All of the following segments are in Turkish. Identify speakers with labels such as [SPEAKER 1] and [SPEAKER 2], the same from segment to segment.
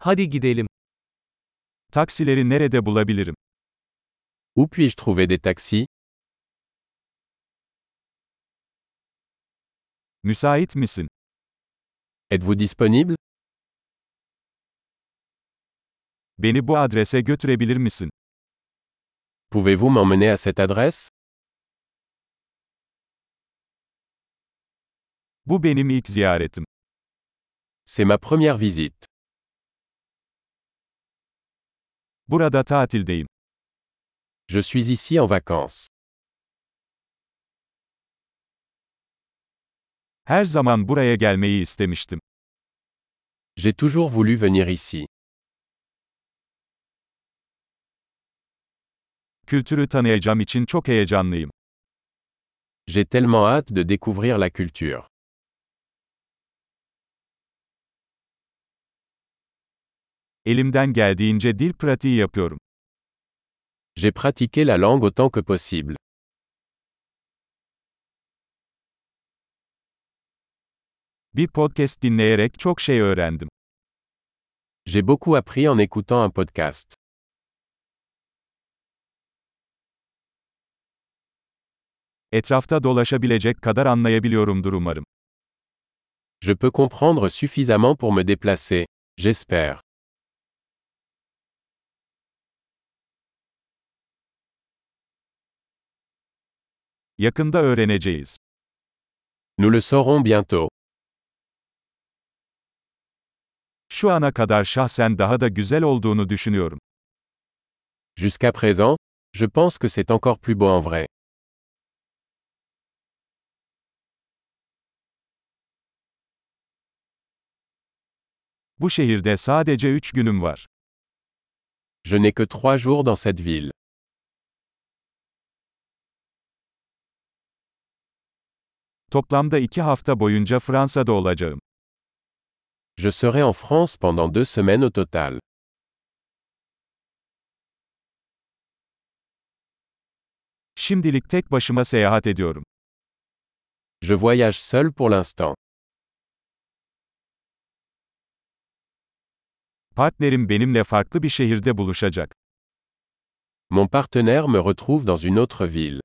[SPEAKER 1] Hadi gidelim. Taksileri nerede bulabilirim?
[SPEAKER 2] Où puis-je trouver des taxis
[SPEAKER 1] Müsait misin?
[SPEAKER 2] Êtes-vous disponible
[SPEAKER 1] Beni bu adrese götürebilir misin?
[SPEAKER 2] Pouvez-vous m'emmener à cette adresse
[SPEAKER 1] Bu benim ilk ziyaretim.
[SPEAKER 2] C'est ma première visite.
[SPEAKER 1] Burada tatildeyim.
[SPEAKER 2] Je suis ici en vacances.
[SPEAKER 1] Her zaman buraya gelmeyi istemiştim.
[SPEAKER 2] J'ai toujours voulu venir ici.
[SPEAKER 1] Kültürü tanıyacağım için çok heyecanlıyım.
[SPEAKER 2] J'ai tellement hâte de découvrir la culture.
[SPEAKER 1] Elimden geldiğince dil pratiği yapıyorum.
[SPEAKER 2] J'ai pratiqué la langue autant que possible.
[SPEAKER 1] Bir podcast dinleyerek çok şey öğrendim.
[SPEAKER 2] J'ai beaucoup appris en écoutant un podcast.
[SPEAKER 1] Etrafta dolaşabilecek kadar anlayabiliyorumdur umarım.
[SPEAKER 2] Je peux comprendre suffisamment pour me déplacer. J'espère.
[SPEAKER 1] Yakında öğreneceğiz.
[SPEAKER 2] Nous le saurons bientôt.
[SPEAKER 1] Şu ana kadar şahsen daha da güzel olduğunu düşünüyorum.
[SPEAKER 2] Jusqu'à présent, je pense que c'est encore plus beau en vrai.
[SPEAKER 1] Bu şehirde sadece 3 günüm var.
[SPEAKER 2] Je n'ai que trois jours dans cette ville.
[SPEAKER 1] Toplamda 2 hafta boyunca Fransa'da olacağım.
[SPEAKER 2] Je serai en France pendant deux semaines au total.
[SPEAKER 1] Şimdilik tek başıma seyahat ediyorum.
[SPEAKER 2] Je voyage seul pour l'instant.
[SPEAKER 1] Partnerim benimle farklı bir şehirde buluşacak.
[SPEAKER 2] Mon partenaire me retrouve dans une autre ville.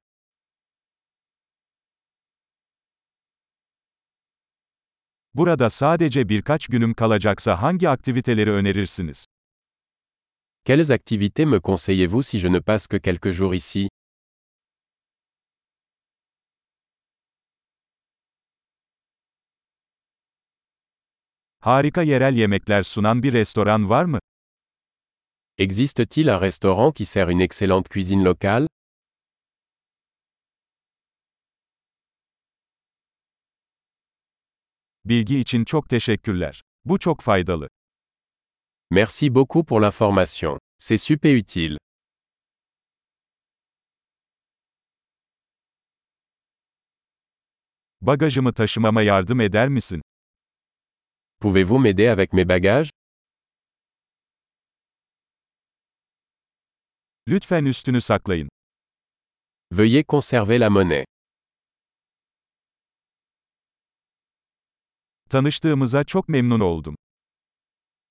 [SPEAKER 1] Burada sadece birkaç günüm kalacaksa hangi aktiviteleri önerirsiniz?
[SPEAKER 2] Quelles activités me conseillez-vous si je ne passe que quelques jours ici
[SPEAKER 1] Harika yerel yemekler sunan bir restoran var mı?
[SPEAKER 2] Existe-t-il un restaurant qui sert une excellente cuisine locale
[SPEAKER 1] Bilgi için çok teşekkürler. Bu çok faydalı.
[SPEAKER 2] Merci beaucoup pour l'information. C'est super utile.
[SPEAKER 1] Bagajımı taşımama yardım eder misin?
[SPEAKER 2] Pouvez-vous m'aider avec mes bagages
[SPEAKER 1] Lütfen üstünü saklayın.
[SPEAKER 2] Veuillez conserver la monnaie.
[SPEAKER 1] Tanıştığımıza çok memnun oldum.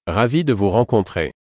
[SPEAKER 2] Ravi de vous rencontrer.